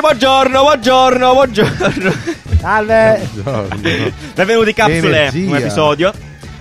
Buongiorno, buongiorno, buongiorno. Eh. Eh, Salve. Benvenuti Capsule, L'energia. un episodio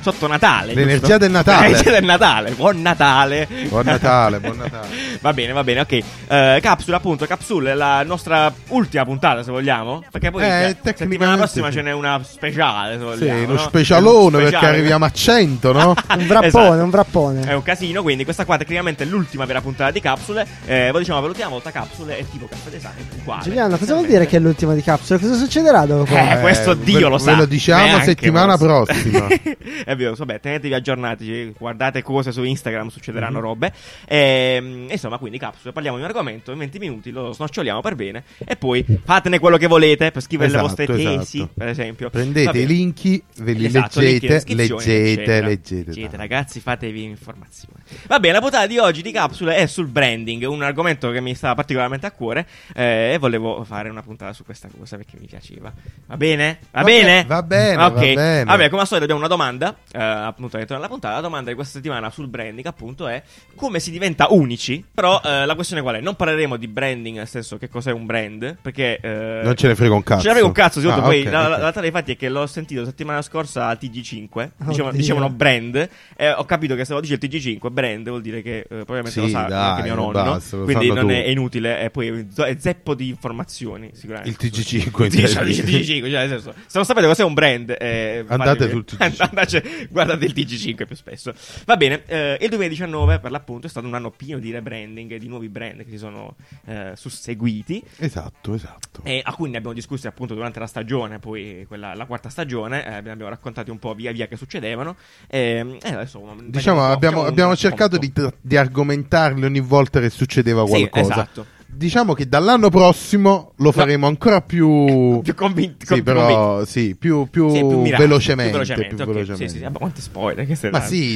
sotto Natale. giusto? L'energia del Natale. L'energia del Natale. Buon Natale. Buon Natale, buon Natale. Va bene, va bene, ok. Eh, capsule, appunto, Capsule è la nostra ultima puntata, se vogliamo. Perché poi Eh, la settimana tecnicamente prossima sì. ce n'è una speciale, se Sì, vogliamo. uno no? specialone Uno perché speciale. arriviamo a 100, no? Un wrappone, Esatto. un wrappone. È un casino, quindi questa qua tecnicamente è l'ultima vera puntata di capsule. Eh, voi diciamo, per l'ultima volta capsule è tipo caffè design. uguale. Giuliano, cosa vuol dire che è l'ultima di capsule? Cosa succederà dopo? Eh, Eh, questo ve- Dio lo ve sa. lo diciamo Neanche settimana voi lo sa. prossima. è vero, vabbè, tenetevi aggiornati, guardate cose su Instagram, succederanno Mm-hmm. robe. Ehm, insomma, quindi capsule, parliamo di un argomento, in 20 minuti lo snoccioliamo per bene e poi fatene quello che volete per scrivere Esatto, le vostre esatto. tesi, per esempio. Va Prendete bene. i linki, ve li Esatto, link in leggete, descrizione, leggete, eccetera. leggete. Leggete, dai. ragazzi, fatevi informazione. Va bene, la puntata di oggi di Capsule è sul branding, un argomento che mi sta particolarmente a cuore eh, e volevo fare una puntata su questa cosa perché mi piaceva. Va bene? Va, Va bene? be- va bene, Ok. va bene. Vabbè, come al solito abbiamo una domanda, eh, appunto dentro alla puntata, la domanda di questa settimana sul branding appunto è come si diventa unici, però eh, la questione qual è? Non parleremo di branding nel senso che cos'è un brand, perché... eh, Non ce ne frega un cazzo. ce l'avevo un cazzo, sì, Ah, tanto poi ok, la, ok. la realtà dei fatti è che l'ho sentito settimana scorsa al TG5, dicevano, Oddio. dicevano diciamo, brand, e ho capito che se lo dice il TG5 brand vuol dire che eh, probabilmente Sì, lo sa dai, anche mio nonno, basta, lo quindi sanno non è, tutti. è inutile, e poi è zo- è zeppo di informazioni sicuramente. Il TG5 Sì, cioè, intendi. dice TG5, cioè, nel senso, se non sapete cos'è un brand, eh, Andate fatevi- sul TG5. Andate- guardate il TG5 più spesso. Va bene, eh, il 2019 per l'appunto è stato un anno pieno di rebranding, e di nuovi brand che si sono eh, susseguiti. Esatto, esatto. E a cui ne abbiamo discusso appunto durante la stagione, poi quella, la quarta stagione, eh, ne abbiamo raccontati un po' via via che succedevano. E, e adesso mm, Diciamo, abbiamo, abbiamo cercato di, tra- di argomentarli ogni volta che succedeva Sì, qualcosa. esatto. Diciamo che dall'anno prossimo lo faremo ancora più. Più convinti- Sì, più però, sì, più, più mirati, velocemente. più velocemente, più ok. velocemente. Sì, sì, sì, ma quanti spoiler che stai Ma dando? sì,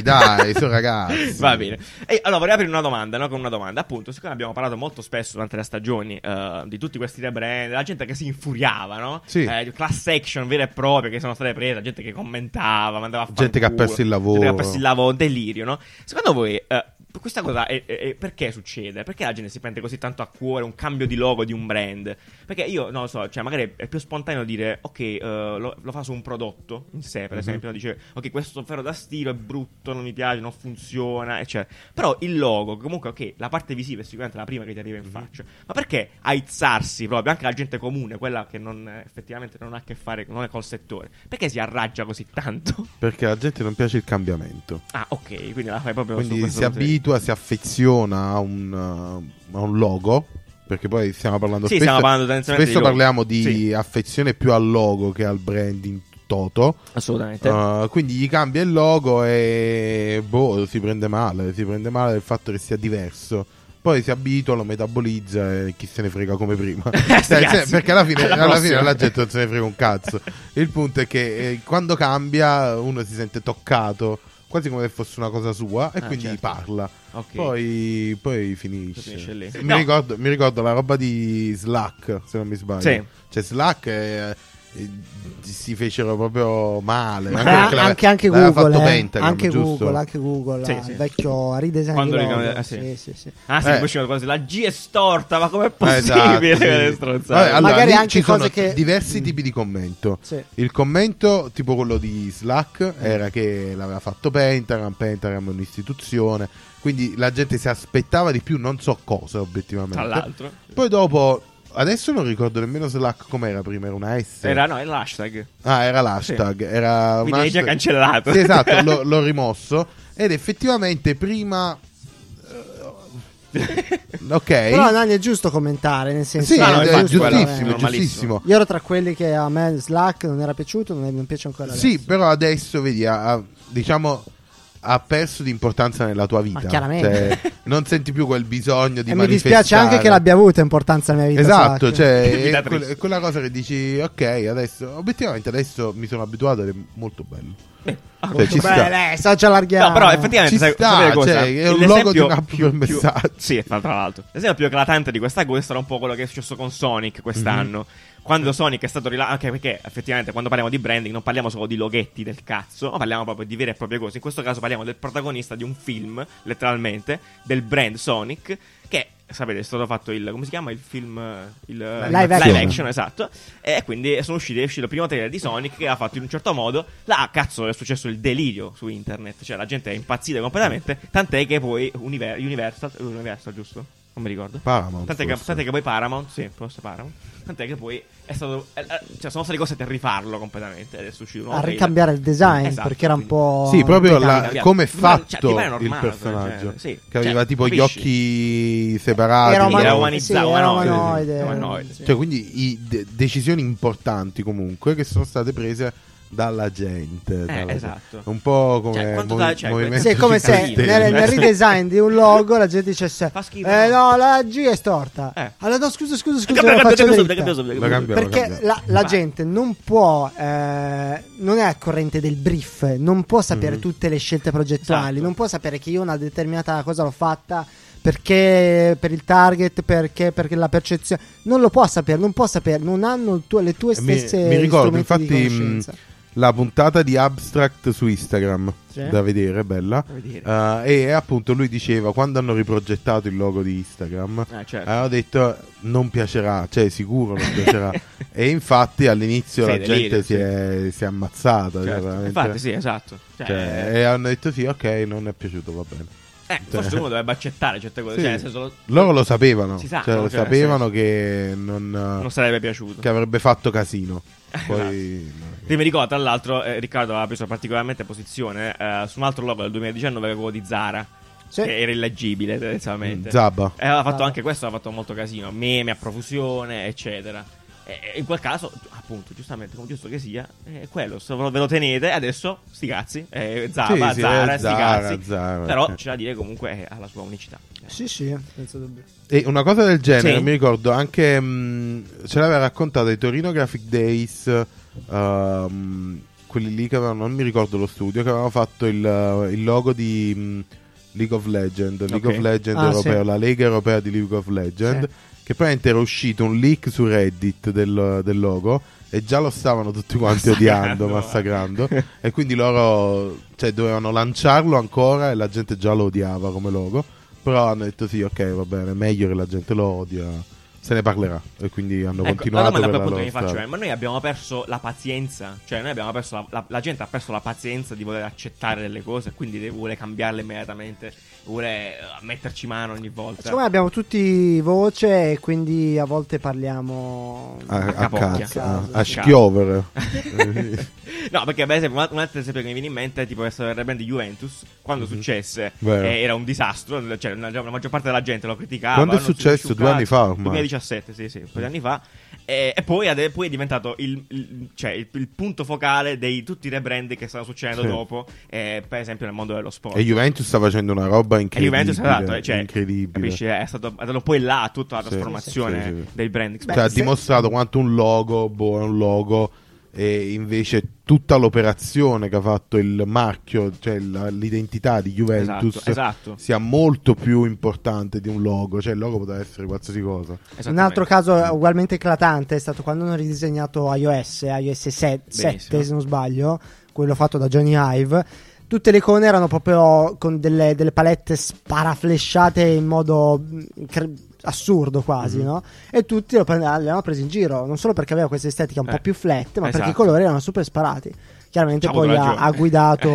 dai, sono ragazzi. Va bene. E allora vorrei aprire una domanda, no? Con una domanda. Appunto, siccome abbiamo parlato molto spesso durante le stagioni eh, di tutti questi rebrand, la gente che si infuriava, no? Sì. Eh, class action vere e proprie che sono state prese, gente che commentava, mandava a fare Gente che ha perso il lavoro. Gente che ha perso il lavoro, delirio, no? Secondo voi eh, questa cosa è- è- è- perché succede? Perché la gente si prende così tanto a cuore un cambio di logo di un brand? Perché io non lo so, cioè magari è più spontaneo dire ok, eh, lo, lo fa su un prodotto in sé, per esempio, no? dice ok, questo ferro da stiro è brutto, non mi piace, non funziona, eccetera. Però il logo, comunque ok, la parte visiva è sicuramente la prima che ti arriva in faccia. Ma perché aizzarsi proprio anche la gente comune, quella che non eh, effettivamente non ha a che fare non è col settore? Perché si arraggia così tanto? Perché alla gente non piace il cambiamento. Ah, ok, quindi la fai proprio su Quindi questo si punto di- abitua, si affeziona a un, uh, a un logo. Perché poi stiamo parlando Sì, spesso. stiamo parlando tendenzialmente spesso di logo. parliamo di Sì. affezione più al logo che al brand in toto. Assolutamente. Uh, quindi gli cambia il logo e boh, si prende male. Si prende male del fatto che sia diverso. Poi si abitua, lo metabolizza e chi se ne frega come prima. Eh, sti Cioè, se- cazzi. perché alla fine Alla alla, prossima. fine alla gente non se ne frega un cazzo. Il punto è che eh, quando cambia uno si sente toccato, quasi come se fosse una cosa sua, e Ah, quindi certo. parla. Ok. Poi, poi finisce. Finisce lì. Mi, No. ricordo, mi ricordo la roba di Slack, se non mi sbaglio. Sì. Cioè Slack eh, eh, si fecero proprio male. Eh, perché l'aveva- anche, anche, l'aveva Google, fatto eh. Pentagram, anche giusto? Google, anche Google, Sì, eh, sì. il vecchio redesign Quando di li logo. cambia- ah, sì. Sì, sì, sì. Ah, sì, Eh. mi uscivano cose. La G è storta, ma com'è Eh, esatto, possibile? sì. Quelle stronzate. Vabbè, allora, Magari lì anche ci sono cose che- diversi Mm. tipi di commento. Sì. Il commento, tipo quello di Slack, era che l'aveva fatto Pentagram, Pentagram è un'istituzione, quindi la gente si aspettava di più non so cosa obiettivamente. Tra l'altro. Poi dopo, adesso non ricordo nemmeno Slack com'era prima, era una S. Era, no, è l'hashtag. Ah, era l'hashtag, era Quindi un l'hai già hashtag- cancellato. Sì, esatto, l'ho, l'ho rimosso ed effettivamente prima... eh, Ok. Però Nani è giusto commentare, nel senso eh. sì, No, no, è infatti, giustissimo, quello è normalissimo. giustissimo. Io ero tra quelli che a me Slack non era piaciuto, non, è- non piace ancora. Sì, adesso. però adesso vedi, ha, ha- diciamo ha perso di importanza nella tua vita. Ma chiaramente. Cioè, non senti più quel bisogno di e mi manifestare. dispiace anche che l'abbia avuta importanza nella mia vita. Esatto, Slack. cioè, Che vita è, quel- triste. è quella cosa che dici, ok, adesso, obiettivamente adesso mi sono abituato ed è molto bello. Ah, Cioè, ci sta. Beh, dai, Eh, so, ci allarghiamo. No, però effettivamente Ci sai, sta, sapete cosa? cioè, è un L'esempio logo di un'app più- per più- messaggi. Sì, tra tra l'altro. L'esempio più eclatante di questa cosa sarà un po' quello che è successo con Sonic quest'anno. Mhm. Quando Sonic è stato rilasciato, anche perché effettivamente quando parliamo di branding non parliamo solo di loghetti del cazzo, ma parliamo proprio di vere e proprie cose. In questo caso parliamo del protagonista di un film, letteralmente, del brand Sonic, che Sapete, è stato fatto il. come si chiama il film? eh, Il, eh, Live action. esatto. E quindi sono usciti, è uscito il primo trailer di Sonic che ha fatto in un certo modo. Là, cazzo, è successo il delirio su internet. Cioè, la gente è impazzita completamente. Tant'è che poi Univer- Universal, Universal, giusto? Non mi ricordo. Paramount. Tant'è che, forse. tant'è che poi Paramount, sì, forse Paramount. Tant'è che poi è stato. eh, eh, cioè, sono stati costretti a rifarlo completamente. Adesso è uscito un nuovo a trailer. ricambiare il design Esatto, perché era un quindi- po' Sì, proprio la- Capita, come è ti pare- cioè, ti fatto pare il normale, personaggio. cioè, sì. che aveva Cioè, tipo capisci? gli occhi separati. Era Sì, era umani- sì, umanizzato, era umanoide. umanoide, Umanoide. sì. Cioè, quindi i- de- decisioni importanti comunque che sono state prese dalla gente. dalla- esatto. Un po' come Cioè, quanto movi- da- cioè, movimento Sì, è come Cinque se cinque Stelle. nel, nel stelle. redesign di un logo la gente dicesse Fa schifo, eh, no?" no, la G è storta. Eh. Allora no, scusa, scusa, scusa, Capito, la capito, faccio capito, dritta. capito, capito, La capito. cambia- Perché la, la Vai. gente non può, eh, non è al corrente del brief, non può sapere Mhm. tutte le scelte progettuali, Mm-hmm. Esatto. non può sapere che io una determinata cosa l'ho fatta perché per il target, perché, perché la percezione, non lo può sapere, non può sapere, non hanno il tuo- le tue E Eh, mi- stesse mi ricordo, strumenti infatti, di mm, mh, conoscenza. La puntata di Abstract su Instagram, Sì. da vedere, bella. Da vedere. Eh, e appunto lui diceva quando hanno riprogettato il logo di Instagram, Ah, certo. avevano detto non piacerà, cioè sicuro non piacerà. e infatti all'inizio Sì, la delirio, gente sì. si, è, si è ammazzata. cioè, Certo. veramente. Infatti, sì, esatto. Cioè, Cioè, eh, e hanno detto sì, ok, non è piaciuto, va bene. forse uno dovrebbe accettare certe cose. Sì. Cioè, nel senso, lo- Loro lo sapevano, Si sa, cioè, no? lo Cioè, nel sapevano che non, non sarebbe piaciuto. Ah. che avrebbe fatto casino. Esatto. Poi Io mi ricordo, tra l'altro, eh, Riccardo aveva preso particolarmente posizione eh, su un altro logo del 2019, che è quello di Zara, Sì. che era illeggibile, tendenzialmente. Zabba. E aveva fatto Zara. anche questo, aveva fatto molto casino, meme a profusione, eccetera. E, e in quel caso, appunto, giustamente, come giusto che sia, è quello, se ve lo tenete, adesso sti cazzi, eh, Zaba, Sì, sì, Zara, eh, sti Zara, cazzi. Zara. Però c'è da dire comunque eh, ha la sua unicità. Sì, sì, senza dubbio. E una cosa del genere, Sì. mi ricordo anche mh, ce l'aveva raccontato ai Torino Graphic Days, ehm, quelli lì che avevano, non mi ricordo lo studio, che avevano fatto il, eh, il logo di mh, League of Legends, League Ok. of Legends Ah, europeo, sì. la Lega europea di League of Legends, Sì. che praticamente era uscito un leak su Reddit del, del logo e già lo stavano tutti quanti odiando, Massacrando, massacrando, e quindi loro cioè, dovevano lanciarlo ancora e la gente già lo odiava come logo. Però hanno detto sì, ok, va bene, meglio che la gente lo odia, se ne parlerà. E quindi Ecco, hanno la continuato domanda a per la quel punto loro che mi faccio è: strada. ma noi abbiamo perso la pazienza? Cioè, noi abbiamo perso la, la- la gente ha perso la pazienza di voler accettare delle cose, quindi de- vuole cambiarle immediatamente, vuole eh, metterci mano ogni volta. Siccome abbiamo tutti voce e quindi a volte parliamo A, a a, capocchia. cazzo, a, Cazzo, a sì. schiovere. no, perché per esempio un alt- un altro esempio che mi viene in mente è tipo questo del rebrand di Juventus, quando successe Mhm. Vero. eh, era un disastro, cioè la, la maggior parte della gente lo criticava. Quando è non si successo? riusciva- Due anni fa ormai. 2017, sì, sì, un po' di anni fa. E, e poi, ade- poi è diventato il, il- cioè, il- il punto focale di tutti i rebrand che stanno succedendo Sì. dopo, eh, per esempio nel mondo dello sport. e Juventus sta facendo una roba E incredibile. Juventus esatto, eh, cioè, incredibile. capisci, è stato è andato poi là tutta la Sì, trasformazione sì, sì. del brand. Cioè, ha se- dimostrato quanto un logo, boh, è un logo. E invece tutta l'operazione che ha fatto il marchio, cioè la- l'identità di Juventus, Esatto, esatto. sia molto più importante di un logo. Cioè, il logo poteva essere qualsiasi cosa. Un Esattamente. altro caso ugualmente eclatante è stato quando hanno ridisegnato iOS, iOS 7, Benissimo. se non sbaglio, quello fatto da Johnny Hive. Tutte le icone erano proprio con delle, delle palette sparaflesciate in modo mh, cre- assurdo quasi, Mm-hmm. no? E tutti lo prende- ah, l'hanno preso in giro, non solo perché aveva questa estetica un Eh, po' più flat, ma perché esatto. Diciamo i colori erano super sparati. Chiaramente Ha avuto poi ha, ragione. ha guidato...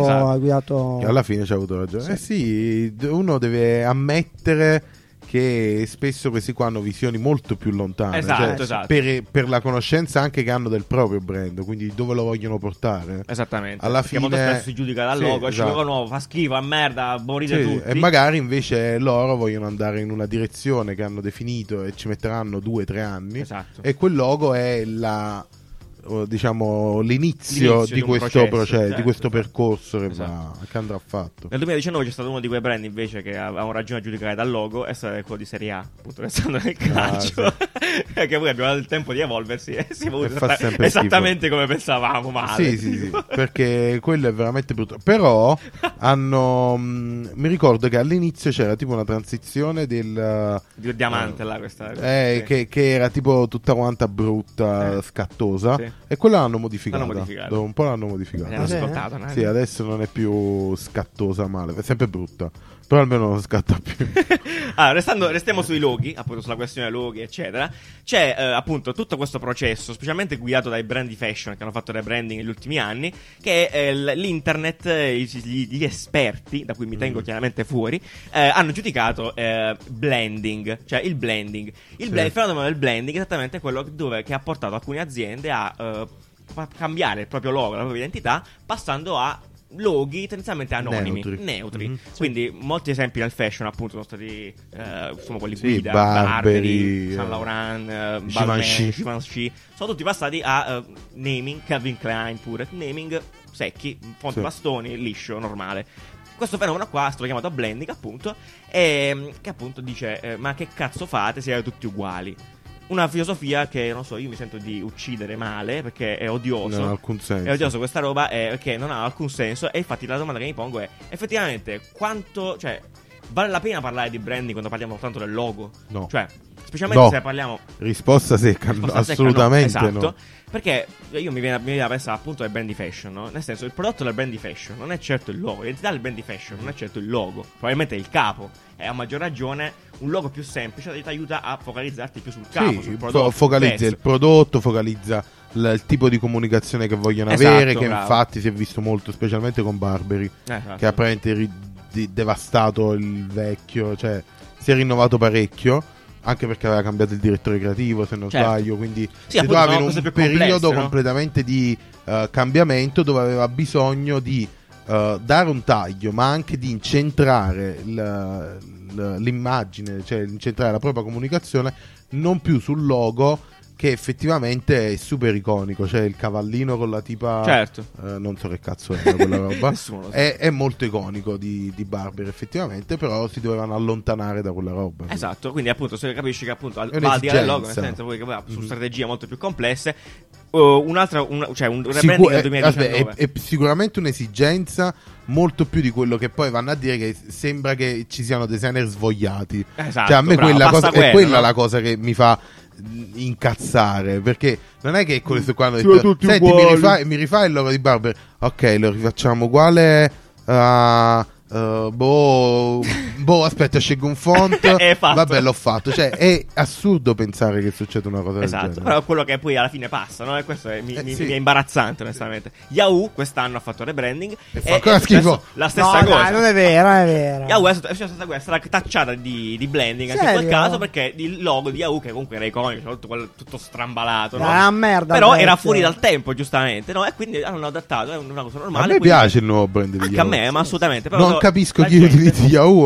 Esatto. ha guidato... E alla fine ci ha avuto ragione. Eh sì, d- uno deve ammettere che spesso questi qua hanno visioni molto più lontane. Esatto, cioè, esatto. Per, per la conoscenza anche che hanno del proprio brand, quindi dove lo vogliono portare. Esatto, Esattamente. Alla Perché molto fine- spesso si giudica dal Sì, logo, esce un esatto. logo nuovo, fa schifo, è merda, morite Sì, tutti. e magari invece loro vogliono andare in una direzione che hanno definito e ci metteranno due o tre anni. Esatto. E quel logo è la, eh, diciamo, l'inizio, L'inizio di di un questo processo, processo, certo, di questo esatto. percorso che, Esatto. va- che andrà fatto. Nel 2019 c'è stato uno di quei brand invece che avevano ragione a giudicare dal logo e stato quello di Serie A, appunto restando nel Ah, calcio. che poi abbiamo dato il tempo di evolversi e si è evoluto E fa esatta- sempre esattamente come pensavamo male. Sì, sì, sì, tipo. perché quello è veramente brutto. Però hanno. mh, mi ricordo che all'inizio c'era tipo una transizione del. Di diamante là questa. eh, sì. che, che era tipo tutta quanta brutta, Eh. scattosa. Sì. E quella l'hanno modificata. L'hanno modificata. Dopo un po' l'hanno modificata. Eh, L'hanno Ah, sì? ascoltata, no? Sì, adesso non è più scattosa male, è sempre brutta, però almeno non scatta più. Ah, restando- restiamo sui loghi, appunto sulla questione loghi, eccetera. C'è eh, appunto tutto questo processo, specialmente guidato dai brand di fashion che hanno fatto rebranding negli ultimi anni, che eh, l- l'internet, eh, i- gli, gli esperti, da cui mi tengo Mm. chiaramente fuori, eh, hanno giudicato eh, blending, cioè il blending. Il, Sì. bla- il fenomeno del blending è esattamente quello dove, che ha portato alcune aziende a eh, fa- cambiare il proprio logo, la propria identità, passando a loghi tendenzialmente anonimi, Neutri. neutri. Mhm. Quindi molti esempi nel fashion appunto sono stati eh, insomma quelli Sì, guida, Barberi, Barberi, Saint Laurent, eh, Givenchy. Balmain, Givenchy, sono tutti passati a eh, naming, Calvin Klein pure, naming secchi, fonte Sì. bastoni, liscio, normale. Questo fenomeno qua è stato chiamato blending appunto, e, mm, che appunto dice eh, ma che cazzo fate se siete tutti uguali? Una filosofia che non so, io mi sento di uccidere male perché è odioso. Non ha alcun senso. È odioso questa roba è che non ha alcun senso. E infatti la domanda che mi pongo è: effettivamente quanto. Cioè, vale la pena parlare di branding quando parliamo soltanto del logo? No. Cioè, specialmente No. se parliamo. Risposta secca, no, risposta secca, assolutamente no. Esatto. no. Perché io mi viene, mi viene da pensare appunto al brand di fashion, no? Nel senso, il prodotto del brand di fashion non è certo il logo. L'identità del brand di fashion non è certo il logo. Probabilmente è il capo. E a maggior ragione un logo più semplice ti aiuta a focalizzarti più sul capo. Sì, sul fo- prodotto, focalizza stesso. Eh, il prodotto, focalizza l- il tipo di comunicazione che vogliono Esatto, avere, che bravo. infatti si è visto molto, specialmente con Barberi, Eh, esatto. che ha praticamente ri- di- devastato il vecchio, cioè si è rinnovato parecchio, anche perché aveva cambiato il direttore creativo, se non Certo. sbaglio, quindi Sì, si appunto, trovava in sono cose un più periodo complesse, no? completamente di eh, cambiamento dove aveva bisogno di eh, dare un taglio, ma anche di incentrare il- l- l'immagine, cioè incentrare la propria comunicazione non più sul logo che effettivamente è super iconico, cioè il cavallino con la tipa Certo. eh, non so che cazzo era quella roba. Eh, Nessuno lo sa. è, è molto iconico di, di Barber, effettivamente, però si dovevano allontanare da quella roba. Esatto, quindi appunto se capisci che appunto al- È va al di là del un'esigenza. logo, nel senso poi che va su Mhm. strategie molto più complesse, uh, un'altra, un- cioè un Sicu- rebranding del eh, 2019. aspetta, è, è sicuramente un'esigenza molto più di quello che poi vanno a dire che sembra che ci siano designer svogliati. Esatto, cioè, a me bravo, quella passa cosa, è quello, quella no? la cosa che mi fa mh, incazzare perché non è che questo qua hanno Sì, detto tutti senti mi uguali." rifai, mi rifai il logo di Barber ok lo rifacciamo uguale a eh, boh, boh aspetta scelgo un font È fatto. vabbè l'ho fatto cioè è assurdo pensare che succeda una cosa del Esatto, genere però è quello che poi alla fine passa, no? E questo è, mi, Eh, mi- sì. mi è imbarazzante, onestamente. Yahoo quest'anno ha fatto rebranding E fa ancora è successo schifo. La stessa no, cosa. dai, non è vero, non è vero. Yahoo è stata, è stata, è stata tacciata di, di blending anche in Serio? quel caso perché il logo di Yahoo, che comunque era iconico, cioè tutto, quel- tutto strambalato, no? Dai, è una merda, però Alberto. era fuori dal tempo, giustamente, no? E quindi hanno adattato, è una cosa normale. a me quindi- piace il nuovo brand di Anche a Yahoo. me, ma assolutamente. Però non so- capisco la chi gente- utilizzi Yahoo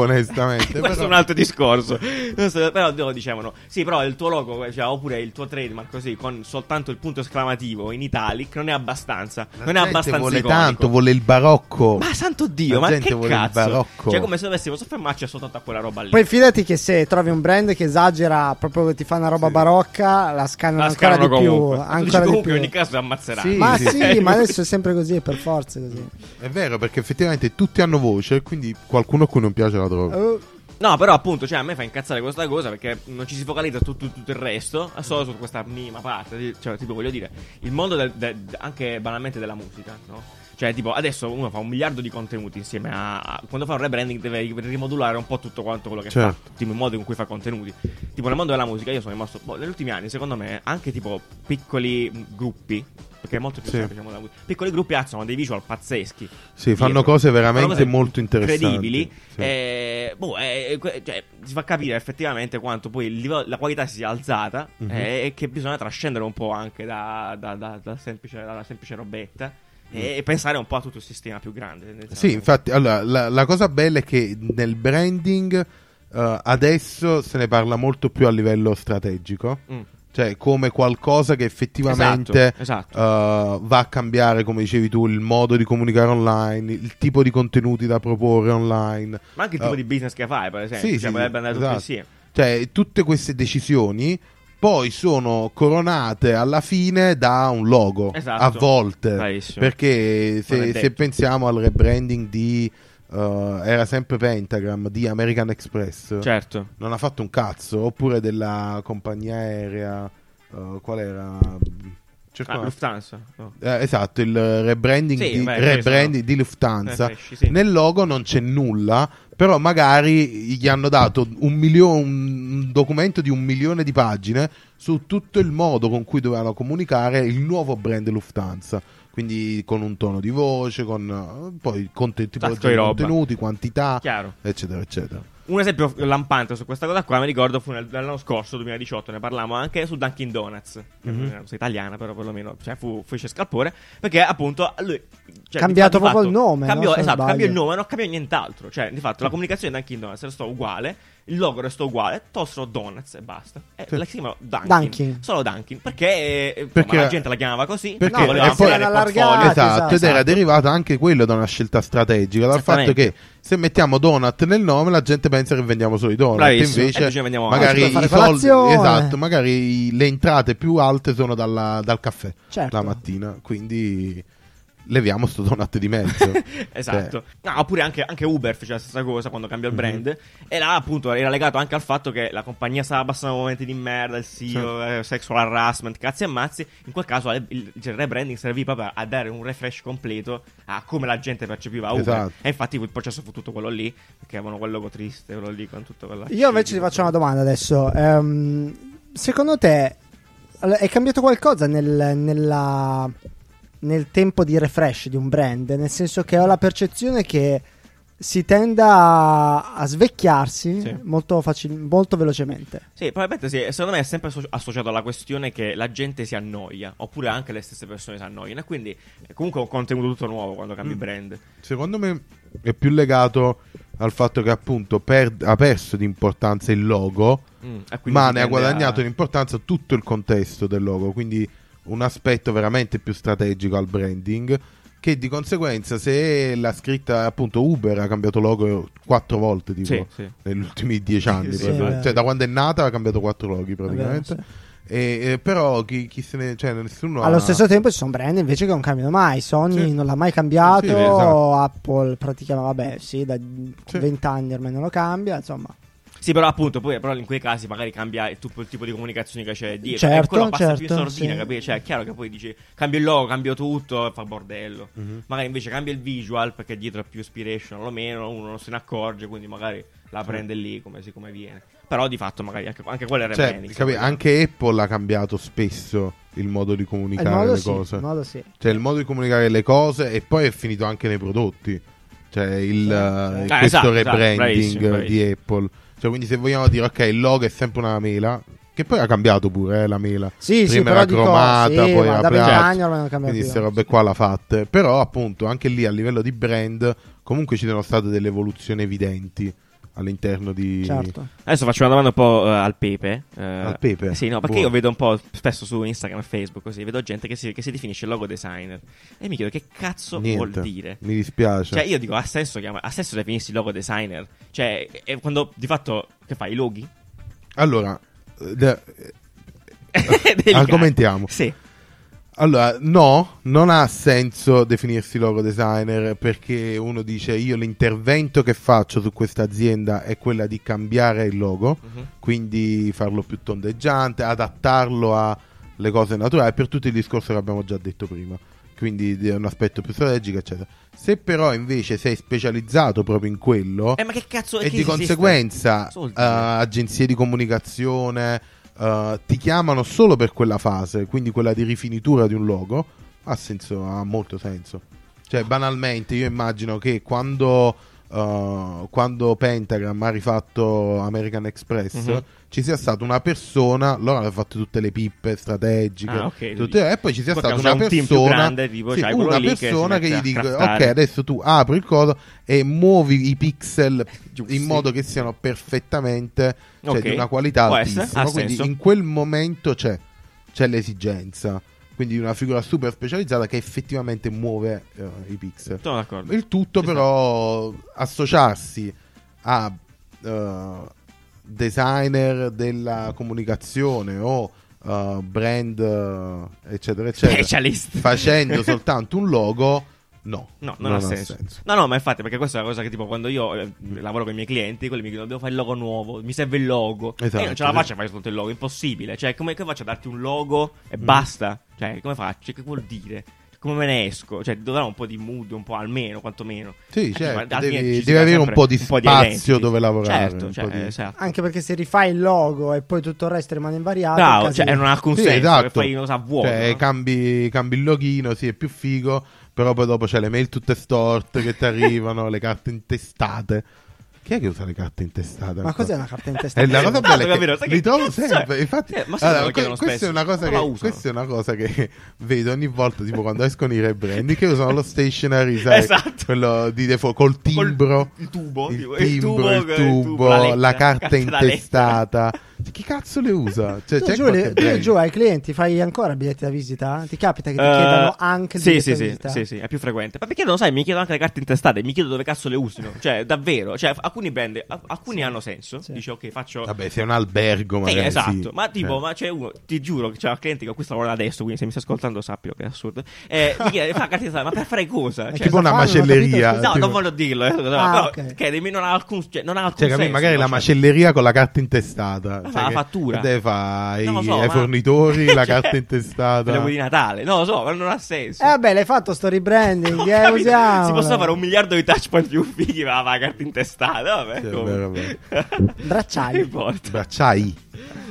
onestamente Questo è però- un altro discorso. Questo- Però no, dicevano: Sì, però il tuo logo, cioè, oppure il tuo trademark così, con soltanto il punto esclamativo in italic, non è abbastanza. La non è gente abbastanza vuole iconico. tanto vuole il barocco Ma santo Dio, La ma gente che vuole il cazzo? barocco. Cioè, come se dovessimo soffermarci soltanto a quella roba lì. Poi fidati che se trovi un brand che esagera, proprio che ti fa una roba Sì. barocca, la scannano La ancora di scarano comunque. più. Tu dici, Ancora di comunque più. in ogni caso si ammazzerà. Sì. Ma Sì. sì, ma adesso è sempre così, per forza è così. È vero, perché effettivamente tutti hanno voce, quindi qualcuno a cui non piace la trova. Boh. Oh, No, però appunto, cioè, a me fa incazzare questa cosa perché non ci si focalizza su tutto, tutto il resto, solo su questa minima parte. di- Cioè, tipo, voglio dire, il mondo del- de- de- anche banalmente della musica, no? Cioè, tipo, adesso uno fa un miliardo di contenuti insieme a. a- quando fa un rebranding deve rimodulare un po' tutto quanto quello che Certo. fa. Tipo, il modo in cui fa contenuti. Tipo, nel mondo della musica io sono rimasto. boh, negli ultimi anni, secondo me, anche tipo piccoli mh, gruppi. Perché è molto più Sì. semplice. il mondo della musica, Piccoli gruppi alzano dei visual pazzeschi. Sì, fanno Dietro. cose veramente Fanno cose molto interessanti. Incredibili. Sì. Eh, boh, eh, que- cioè, si fa capire effettivamente quanto poi il livello- la qualità si sia alzata Mhm. eh, e che bisogna trascendere un po' anche da, da- da- da semplice, dalla semplice robetta e, e pensare un po' a tutto il sistema più grande. Mm. Sì, tendenzialmente. infatti, allora, la, la cosa bella è che nel branding eh, adesso se ne parla molto più a livello strategico, Mm. cioè come qualcosa che effettivamente Esatto, esatto. eh, va a cambiare, come dicevi tu, il modo di comunicare online, il tipo di contenuti da proporre online. Ma anche il tipo eh, di business che fai, per esempio. sì, cioè, sì, potrebbe andare esatto. tutto insieme. Cioè, tutte queste decisioni poi sono coronate alla fine da un logo. Esatto. A volte. Bravissimo. Perché Non se, è se detto. pensiamo al rebranding di. eh, era sempre Pentagram di American Express. Certo. Non ha fatto un cazzo. Oppure della compagnia aerea. eh, qual era? cerca Ah, un attimo. Lufthansa. no. Eh, esatto, il rebranding, Sì, di, beh, rebranding questo, no? di Lufthansa. Eh, sì, sì. Nel logo non c'è nulla, però magari gli hanno dato un, milio- un documento di un milione di pagine su tutto il modo con cui dovevano comunicare il nuovo brand Lufthansa. Quindi con un tono di voce, con eh, poi conte- tipologia di di roba. contenuti, quantità, Chiaro. eccetera, eccetera. Un esempio lampante su questa cosa qua, mi ricordo, fu nel- l'anno scorso, 2018, ne parlammo anche su Dunkin' Donuts, che Mhm. non è una cosa italiana però perlomeno, cioè fu, fece scalpore, perché appunto lui... Cioè, Cambiato di fatto- proprio il nome, Cambiò, no? Se non esatto, cambiò il sbaglio. Mm. nome, non cambiò nient'altro, cioè di fatto la comunicazione di Dunkin' Donuts restò uguale, il logo restò uguale, tossero Donuts e basta. E Sì. la chiamano Dunkin', Dunkin'. solo Dunkin', perché, eh, insomma, Perché- la gente la chiamava così, perché- perché voleva e poi- ampliare il l'hanno portfolio. allargata. esatto, ed esatto. era derivata anche quello da una scelta strategica, dal fatto Esattamente. che se mettiamo donut nel nome la gente pensa che vendiamo solo i donut, Bravissimo. E invece bisogna vendiamo magari altro. i Per fare soldi, colazione. esatto, magari i- le entrate più alte sono dalla- dal caffè Certo. la mattina, quindi leviamo sto donut di mezzo. Cioè, Esatto. No, oppure anche, anche Uber fece la stessa cosa quando cambiò Mhm. il brand. E là, appunto, era legato anche al fatto che la compagnia stava abbassando momenti di merda, il CEO, eh, sexual harassment, cazzi e ammazzi. In quel caso eh, il, il rebranding servì proprio a dare un refresh completo a come la gente percepiva Uber. Esatto. E infatti quel processo fu tutto quello lì, perché avevano quel logo triste, quello lì con tutto quello. Io invece ti faccio una domanda adesso. Ehm, secondo te all- è cambiato qualcosa nel, nella- nel tempo di refresh di un brand? Nel senso che ho la percezione che si tenda a, a svecchiarsi Sì. molto, facil- molto velocemente. Sì, probabilmente sì. Secondo me è sempre asso- associato alla questione che la gente si annoia, oppure anche le stesse persone si annoiano. E quindi, eh, comunque, è un contenuto tutto nuovo quando cambi Mm. brand. Secondo me è più legato al fatto che appunto per- ha perso di importanza il logo, Mm, e quindi si ma ne ha tende guadagnato a- in importanza tutto il contesto del logo, quindi un aspetto veramente più strategico al branding. Che di conseguenza, se la scritta appunto Uber ha cambiato logo quattro volte tipo, Sì, sì. negli ultimi dieci anni, Sì, proprio. sì. cioè da quando è nata ha cambiato quattro loghi praticamente. Vabbè, E, eh, però chi, chi se ne, cioè, nessuno Allo ha- stesso tempo ci sono brand invece che non cambiano mai. Sony Sì. non l'ha mai cambiato. Sì, esatto. Apple praticamente, vabbè, sì, da Sì. 20 anni ormai non lo cambia. Insomma, Sì, però appunto, poi, però in quei casi magari cambia il, tutto il tipo di comunicazione che c'è dietro. Certo, e quello passa più in certo, sordina, sì. capito? Cioè, è chiaro che poi dici cambio il logo, cambio tutto, fa bordello. Mhm. Magari invece cambia il visual perché dietro è più inspirational o meno, uno non se ne accorge, quindi magari la prende lì come, si- come viene. Però di fatto magari anche, anche quello è Cioè, rebranding. capi- secondo me. anche Apple ha cambiato spesso il modo di Eh, il comunicare modo le sì, cose. il modo sì. Cioè, il modo di comunicare le cose e poi è finito anche nei prodotti. Cioè, il, Ah, eh, esatto, questo esatto, rebranding bravissimo, bravissimo. di Apple. Cioè, quindi se vogliamo dire, ok, il logo è sempre una mela, che poi ha cambiato pure eh, la mela. Sì, sì, Prima però era dico, cromata, sì, poi ma era da piatta. vent'anni ormai non cambia Quindi più. queste robe qua la fatte. Però, appunto, anche lì a livello di brand, comunque ci sono state delle evoluzioni evidenti all'interno di... Certo. Adesso faccio una domanda un po' eh, al pepe. eh. Al pepe? Boh. Sì, no, perché Buono. io vedo un po' spesso su Instagram e Facebook così, vedo gente che si, che si definisce logo designer. E mi chiedo che cazzo Niente, vuol dire. mi dispiace. Cioè, io dico, ha senso, chiama, ha senso definirsi logo designer? Cioè, e quando di fatto, che fai, i loghi? Allora, eh, de- Delicato. Argomentiamo. Sì. Allora, no, non ha senso definirsi logo designer perché uno dice io l'intervento che faccio su questa azienda è quella di cambiare il logo, Mhm. quindi farlo più tondeggiante, adattarlo alle cose naturali per tutto il discorso che abbiamo già detto prima. Quindi è un aspetto più strategico, eccetera. Se però invece sei specializzato proprio in quello, Eh, ma che cazzo è e che di esiste? conseguenza Cosa vuol eh, dire? agenzie di comunicazione eh, ti chiamano solo per quella fase, quindi quella di rifinitura di un logo, ha, senso, ha molto senso. Cioè, banalmente, io immagino che quando, eh, quando Pentagram ha rifatto American Express, Mhm. ci sia stata una persona, loro hanno fatto tutte le pippe strategiche, Ah, ok. tutte- e poi ci sia Poi stata c'è una un team più persona, grande, tipo, sì, c'hai quello una lì che si persona che, mette a gli dice, ok, craftare." adesso tu apri il coso e muovi i pixel Giusti. in modo che siano perfettamente cioè, Ok. di una qualità Può essere, altissima. ha Quindi senso. in quel momento c'è, c'è l'esigenza. Quindi di una figura super specializzata che effettivamente muove eh, i pixel. Sono d'accordo. Esatto. Il tutto Ci sta. però associarsi a eh, designer della comunicazione o eh, brand eh, eccetera eccetera Specialist. facendo soltanto un logo No, No, non, ha, senso. No, no, ma infatti, perché questa è una cosa che tipo quando io eh, lavoro con i miei clienti, quelli mi dicono devo fare il logo nuovo, mi serve il logo. Esatto. E io non ce la faccio a fare soltanto il logo, è impossibile. Cioè, come, come faccio a darti un logo e Mm. basta? Cioè, come faccio? Che vuol dire? Come me ne esco? Cioè, dovrà un po' di mood, un po' almeno, quantomeno. Sì, Eh, certo, ma alla devi- fine ci devi si dà avere un sempre po' di spazio identity. dove lavorare, Certo, un cioè, po' di- esatto. Anche perché se rifai il logo e poi tutto il resto rimane invariato. è Bravo, un casino. cioè, non ha alcun Ah, Sì, senso. esatto. Che fai una cosa a vuoto. Cioè, no? cambi, cambi il loghino, sì, è più figo, però poi dopo c'è le mail tutte storte che ti arrivano, le carte intestate. Chi è che usa le carte intestate? Ma ancora? cos'è una carta in testa? È la cosa Esatto, bella è che capito? Sai li che trovo cazzo è? sempre. Infatti, Eh, ma sì, allora, me lo que- chiedono questa, è spesso. una cosa Ma che, la usano. questa è una cosa che vedo ogni volta, tipo quando escono i rebranding, che usano lo stationery, sai, Esatto. quello di default, col timbro. il tubo, il tipo, timbro, il il tubo, il tubo, tubo, la la, lettera, carta carta da intestata. Chi cazzo le usa? Cioè, tu c'è giù, qualche tu brand? giù ai clienti fai ancora biglietti da visita? Ti capita che ti Eh, chiedano anche il sì, biglietto sì, da sì, visita? sì, sì, è più frequente. Ma mi chiedono, sai, mi chiedono anche le carte intestate, mi chiedo dove cazzo le usino. Cioè, davvero, cioè, alcuni brand, a- alcuni hanno senso. Sì. Dice, ok, faccio Vabbè, sei un albergo, ecco. Sì, magari. esatto. sì. Ma tipo, Cioè, ma c'è uno, ti giuro che c'è un cliente che ho questo lavoro adesso, quindi se mi sta ascoltando sappio che è assurdo. Eh, mi chiede, fa carta ma per fare cosa? È Cioè, tipo cosa una fanno? Non ho macelleria. capito, No, tipo- non voglio dirlo, eh, Ah, però ok. che nemmeno non ha alcun, cioè, non ha alcun Cioè, capì? senso, magari no? la Cioè, macelleria con la carta intestata. Ma Cioè, la che- fattura. Deve fare non lo ai, so, ai ma- fornitori la cioè, carta intestata. per le di Natale, no, lo so, ma non ha senso. Eh vabbè, l'hai fatto sto rebranding, Ho eh, capito. usiamo. Si possono fare un miliardo di touch point più fighi, ma la carta intestata, vabbè. Sì, è come. vero, è Bracciali. Non importa. Bracciai.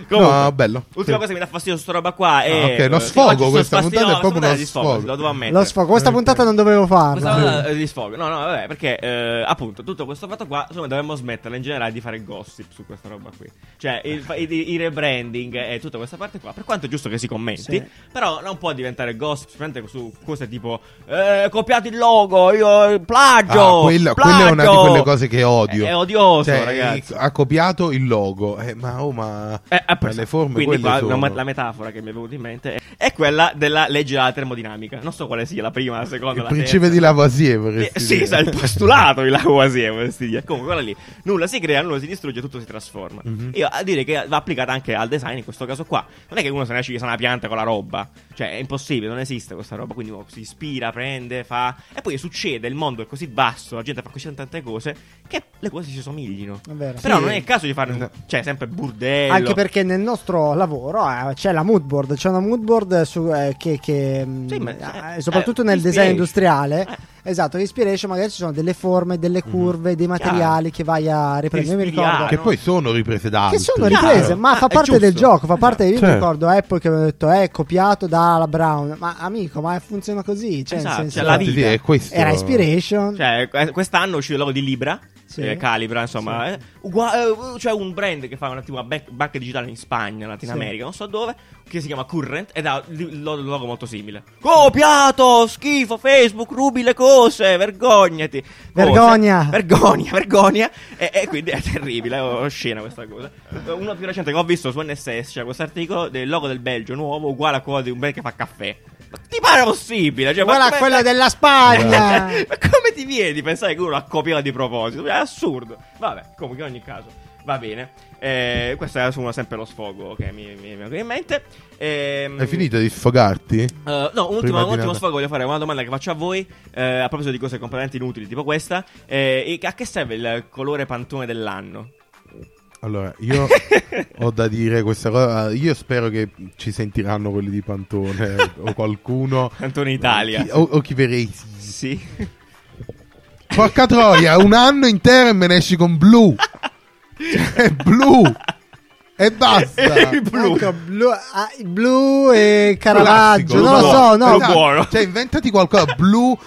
Comunque, no, bello. Ultima Sì. cosa che mi dà fastidio su sta roba qua è... Ah, ok, lo eh, sfogo, oggi sono questa spasti- puntata no, è proprio questa puntata uno è di sfogo, sfogo. Lo devo ammettere. Lo sfogo, questa Eh, Ok. puntata non dovevo Questa farla. puntata è di sfogo. No, no, vabbè, perché eh, appunto tutto questo fatto qua, insomma, dovremmo smetterla in generale di fare gossip su questa roba qui. Cioè, il, fa- i, i rebranding e tutta questa parte qua, per quanto è giusto che si commenti, Sì. però non può diventare gossip solamente su cose tipo eh, copiato il logo, io plagio. Ah, quella, plagio! quella è una di quelle cose che odio. Eh, È, è odioso, Cioè, ragazzi. Ha copiato il logo. Eh, ma oh, ma. Eh, ma appunto. le forme Quindi quelle qua sono. una- la metafora che mi è venuta in mente è, è quella della legge della termodinamica. Non so quale sia la prima, la seconda, il la principe terza. di Lavoisier Eh, vorresti sì, dire. sa, il postulato di Lavoisier vorresti dire. eh, Comunque, quella lì. Nulla si crea, nulla si distrugge, tutto si trasforma. Mhm. Io a dire che va applicata anche al design in questo caso qua. Non è che uno se ne esce sa una pianta con la roba. Cioè, è impossibile, non esiste questa roba. Quindi uno si ispira, prende, fa. E poi succede, il mondo è così vasto, la gente fa così tante cose che le cose si somiglino. È vero. Però Sì. non è il caso di fare. un- Cioè, sempre burdello. Anche perché nel nostro lavoro eh, c'è la mood board, c'è una mood board su- eh, che, che, mh, Sì, ma- eh, soprattutto eh, nel design ispiration. industriale, Eh. Mhm. esatto, ispiration magari ci sono delle forme, delle curve, dei materiali che vai a riprendere. Io mi Ispirare. ricordo Che no? poi sono riprese da altri. Cioè, che sono Chiaro. riprese, ma fa Ah, è parte del giusto. gioco, fa parte io Certo. mi ricordo Apple che aveva detto "Eh, è copiato dalla Brown, ma amico, ma funziona così, cioè, nel Esatto, senso- cioè, la vita. Sì, sì, è questo. era inspiration. Cioè, que- quest'anno uscì il logo di Libra. Sì. eh, Calibra, insomma, eh, ugua- eh, c'è un brand che fa un attimo una back- banca digitale in Spagna, Latin Sì. America, non so dove, che si chiama Current ed ha il lo- il logo molto simile. Copiato, schifo, Facebook, rubi le cose, vergognati. Cose. Vergogna. Vergogna, vergogna. E, e quindi è terribile, è oscena questa cosa. Uno più recente che ho visto su NSS, c'è questo articolo del logo del Belgio nuovo uguale a quello di un brand che fa caffè. Ma ti pare possibile? Cioè, ma Guarda come- quella della ma Ah. Spagna. come ti viene di pensare che uno ha copiato di proposito? È assurdo. Vabbè, comunque in ogni caso va bene. Eh, questo era solo sempre lo sfogo che mi, mi, mi viene in mente. Ehm, Hai finito di sfogarti? eh, no, un Prima ultimo, di un ultimo nada. sfogo voglio fare una domanda che faccio a voi eh, a proposito di cose completamente inutili tipo questa. Eh, e a che serve il colore pantone dell'anno? Allora, io ho da dire questa cosa. ah, Io spero che ci sentiranno quelli di Pantone o qualcuno. Pantone Italia. Chi- O, o chi veresi. Sì. Porca troia, un anno intero e me ne esci con blu. È blu. E basta. Il blu. Ecco, blu, ah, il blu e Classico, Caravaggio, non lo blu so, no. blu Esatto. buono. Cioè, inventati qualcosa. Blu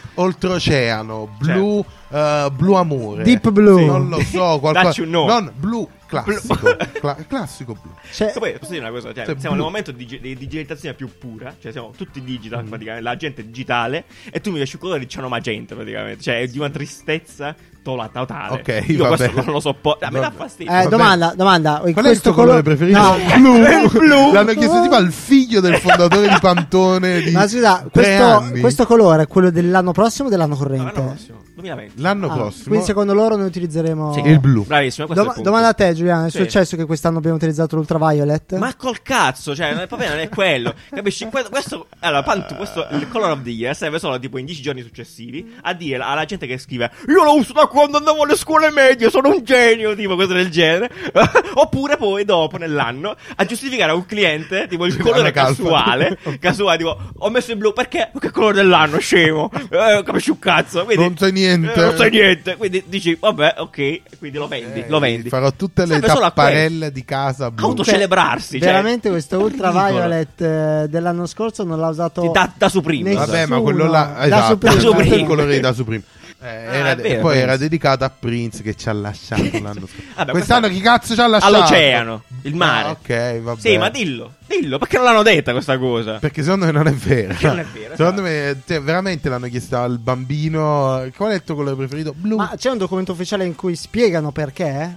oltreoceano. Blu, eh, blu amore. Deep blue. Non lo so. Qualcosa. Dacci un nome. Non blu classico. Blu. Cla- classico blu. Cioè, Poi posso dire una cosa, cioè, Cioè, siamo blu. nel momento di, di digitalizzazione più pura, cioè siamo tutti digital praticamente, la gente è digitale e tu mi esci un colore di ciano magenta praticamente, cioè è di una tristezza tola totale. Ok, Io va questo bene. non lo sopporto, a me dà Vabbè. fastidio. eh, bene. domanda, domanda. Qual è il tuo colore preferito? No, Blu. Blu. L'hanno chiesto tipo al figlio del fondatore di Pantone. Di ma scusa, tre questo, anni. Ah, questo colore è quello dell'anno prossimo o dell'anno Ma l'anno corrente? prossimo, 2020. l'anno Ah, prossimo Quindi secondo loro noi utilizzeremo Sì. il blu. Bravissimo, questo Doma- è il punto. domanda a te, Giuliano. È Sì. successo che quest'anno abbiamo utilizzato l'ultraviolet? Ma col cazzo, cioè, non è, proprio non è quello. Capisci? Questo, questo- allora, Pantu, questo il Color of the Year serve solo tipo in 10 giorni successivi a dire alla gente che scrive: Io l'ho usato da quando andavo alle scuole medie, sono un genio, tipo cose del genere. Oppure poi, dopo, nell'anno, a giustificare a un cliente, tipo il Alla colore calza. casuale. casuale, tipo, ho messo il blu perché? Perché è il colore dell'anno, scemo. Eh, capisci un cazzo. Quindi- Non sai niente. Eh, non sai niente. Quindi dici, vabbè, ok, quindi lo vendi, Eh, lo vendi. Farò tutte le Serve solo a tapparelle di casa blu. Auto- celebrarsi, cioè, veramente questo è ultraviolet eh, dell'anno scorso non l'ha usato. Da, da Supreme. Nessuno. Vabbè, ma quello là Da esatto, Supreme. Da questo è il Supreme. Ah, colore di da Supreme. Eh, era- è vero, poi era Prince. dedicata a Prince che ci ha lasciato l'anno scorso. Vabbè, Quest'anno chi cazzo ci ha lasciato? All'oceano, il mare. Ah, ok, vabbè. Sì, ma dillo, dillo, perché non l'hanno detta questa cosa? Perché secondo me non è vero. Perché non è vero, Secondo esatto. me cioè, veramente l'hanno chiesto al bambino eh, qual è il tuo colore preferito? Blu. Ma c'è un documento ufficiale in cui spiegano perché?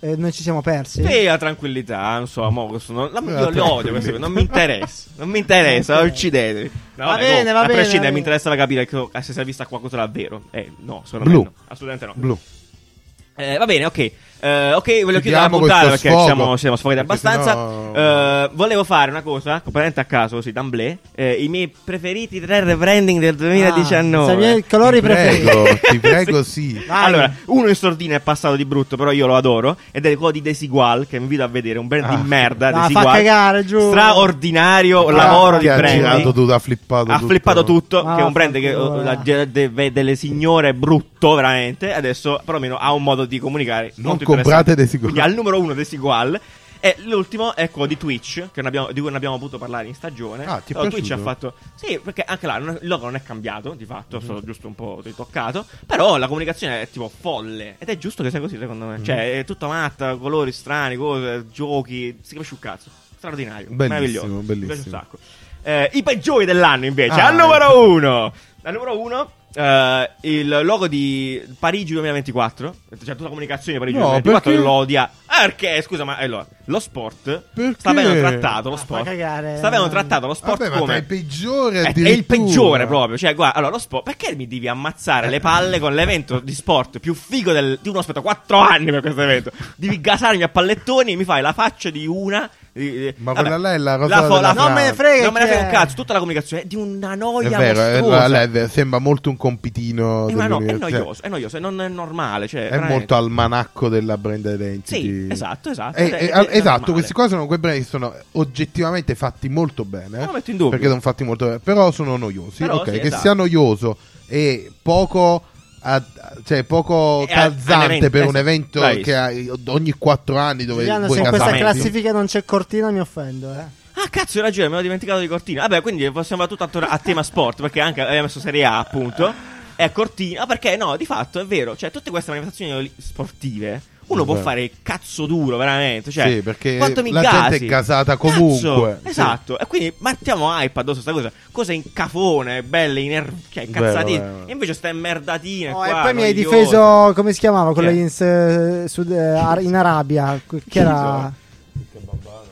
Eh, noi ci siamo persi. Sì, la tranquillità, non so, amore, sono, la, La io le odio queste cose, non mi interessa, non mi interessa, Ok. uccidetevi. No, Va vabbè, bene, va a bene, prescindere, va mi bene. interessava capire che, se si è vista qualcosa davvero. Eh, no, secondo Blu. me no, assolutamente no. Blu. Eh, va bene, ok. Eh, ok, voglio chiudere la Chiudiamo puntata questo perché sfogo. siamo, siamo sfogati Perché abbastanza. sennò- Eh, volevo fare una cosa, completamente a caso, così, d'amblè. Eh, I miei preferiti tre rebranding del 2019. Ah, i miei colori Ti prego, preferiti. ti prego, sì. Vai. Allora, uno in sordina è passato di brutto, però io lo adoro. Ed è quello di Desigual, che vi invito a vedere. Un brand Ah. di merda. Ah, fa Desigual. cagare, giù. Straordinario Ah, lavoro Che di ha girato brand. tutto, ha flippato Ha tutto. flippato tutto, Ah, che è un brand che fanculo, eh, la eh. ge- deve- delle signore è brutto, veramente. Adesso, perlomeno, ha un modo di comunicare. Non molto comprate interessante. Desigual. Quindi, al numero uno Desigual. E l'ultimo è quello di Twitch, che non abbiamo- di cui non abbiamo potuto parlare in stagione. Ah, ti è Allora, piaciuto? Twitch ha fatto. Sì, perché anche là non è- il logo non è cambiato, di fatto, è solo giusto un po' ritoccato. Però la comunicazione è tipo folle. Ed è giusto che sia così, secondo me. Mm. Cioè, è tutta matta, colori strani, cose, giochi. Si capisce un cazzo. Straordinario. Bellissimo, meraviglioso. Mi piace bellissimo. un sacco. Eh, I peggiori dell'anno, invece. Ah, al numero uno. Al numero uno. eh, il logo di Parigi 2024 cioè tutta la comunicazione di Parigi No, 2024 perché- lo odia Ah, perché scusa ma allora lo sport Perché? sta bene trattato lo Ah, fa sport cagare. sta bene trattato lo sport Vabbè, ma come tra i peggiori è, è Eh, addirittura. il peggiore proprio. Cioè, guarda, allora lo sport. Perché mi devi ammazzare le palle con l'evento di sport più figo del, di uno? Aspetta, 4 anni per questo evento. Devi gasarmi a pallettoni. Mi fai la faccia di una. di- Ma vabbè, quella là è la rosa fo- della Non me ne frega. Non me ne chi frega un è? cazzo. Tutta la comunicazione è di una È noia. vero, è- mostruosa. la- la- sembra molto un compitino È una Eh, no- è dell'università. noioso. È noioso. e Non è normale. Cioè, cioè. È veramente. molto al manacco della brand identity. Sì, esatto, esatto. Eh, Ed è- eh, ed è esatto, normale. questi qua sono quei brand che sono oggettivamente fatti molto bene. Non lo metto in dubbio. eh. Perché sono fatti molto bene, però sono noiosi. Però ok, sì, che esatto. sia noioso e poco. ad- cioè, poco E a- calzante all'evento, per un esatto. evento Dai. che hai ogni quattro anni dove Giuliano, vuoi se in questa casarti. classifica non c'è Cortina, mi offendo. Eh. Ah, cazzo, hai ragione, me l'ho dimenticato di Cortina. Vabbè, quindi possiamo andare tutto attorno a tema sport, perché anche abbiamo messo Serie A, appunto. Eh. E Cortina, ah, perché no, di fatto è vero, cioè tutte queste manifestazioni li- sportive, uno può Vabbè. fare il cazzo duro, veramente. Cioè, Sì, perché quanto mi la gasi? gente è gasata Cazzo, comunque. esatto, e quindi mettiamo hype addosso a sta cosa, cose in cafone, belle, iner- cioè, incazzatine. Vero, vero. E invece sta merdatine. Oh, qua, e poi mi hai noiose. difeso, come si chiamava quello Chi è? in, s- sud- eh, ar- in Arabia? que- Che era. Ah,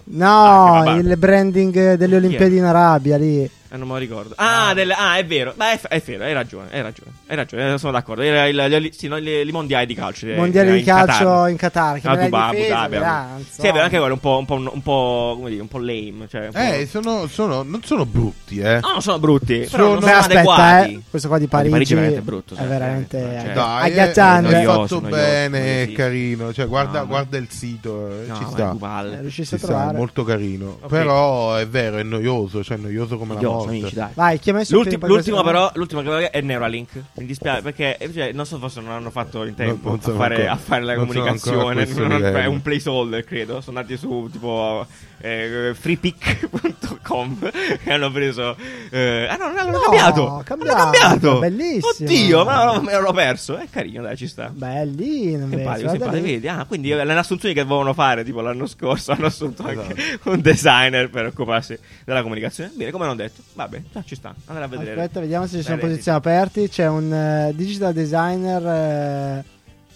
No, che babà. il branding delle Olimpiadi in Arabia lì. Eh, non me lo ricordo. Ah, del- ah, è vero. Beh, è, è vero, hai ragione, hai ragione, hai ragione, eh, sono d'accordo. Era il- gli oli- sì, no, gli- gli mondiali di calcio. eh, Mondiali in di calcio Qatar. in Qatar. Che Ah, me l'hai Dubai, Abu difesa, Dhabi, verrà, Abu Dhabi. insomma. Sì, è vero, anche quello è un po', un po', un po', come dire, un po' lame. Cioè, un po'... Eh, sono, sono- non sono brutti, eh. No, non sono brutti, però non Beh, sono aspetta, adeguati. eh, questo qua di Ma Parigi, è veramente brutto. è cioè, veramente- cioè, eh, Dai, eh, agghiacciante. è Noioso, fatto noioso, bene, noioso. carino. Cioè, guarda, No, guarda il sito, eh, no, ci ma sta. è Dubai. Eh, riuscissi Ci a sta, è trovare. molto carino. Ok. Però è vero, è noioso, cioè è noioso come Noioso, la morte. amici, dai. Vai, chi ha messo L'ulti- il tempo? l'ultima Questo- però l'ultima che voglio è Neuralink mi dispiace perché eh, cioè, non so forse non hanno fatto in tempo non a, sono fare, ancora- a fare la non sono ancora a comunicazione questo Non- non- livello. è un placeholder credo sono andati su tipo eh, freepick.com e hanno preso eh, ah no, non hanno No, cambiato cambiato, hanno cambiato bellissimo. oddio ma no, me l'ho perso è carino dai ci sta Bellino, invece, Simpatico, guarda simpatico, lì. vedi? Ah, quindi le assunzioni che volevano fare tipo l'anno scorso hanno assunto anche Esatto. un designer per occuparsi della comunicazione. Bene, come hanno detto, vabbè, già ci sta. Andrà a vedere. Aspetta, vediamo se ci sono Dai, posizioni aperte. C'è un eh, digital designer eh,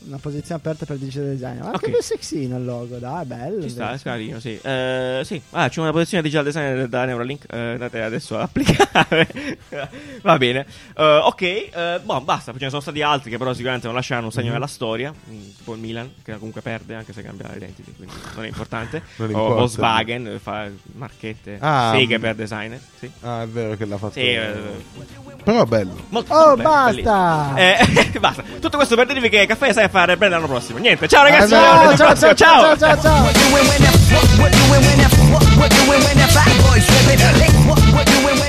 Una posizione aperta per digital designer. Ma Ok. che bel sexino il logo, dai, bello. Ci sta, bello. è carino, sì. Eh, sì. Ah, c'è una posizione digital design da Neuralink. eh, andate adesso ad applicare. Va bene. Eh, ok, eh, boh, basta. Ce ne sono stati altri che però sicuramente non lasciano un segno nella storia. mm, Tipo il Milan, che comunque perde anche se cambia l'identity, quindi non è importante. Non o importa. Volkswagen, eh, fa marchette, Ah, seghe mm. per designer. Sì. Ah, è vero che l'ha fatto. Sì, eh, Però è bello. molto, Oh, molto bello, basta! bellissimo. Eh, basta. Tutto questo per dirvi che caffè sai fare bene l'anno prossimo. Niente, ciao ragazzi. Ah, no. alla prossima, ciao, ciao, ciao, ciao, ciao. What doing when that? What, what doing when that? What, what doing when that? Fat boys tripping. Lick, What, what doing when that?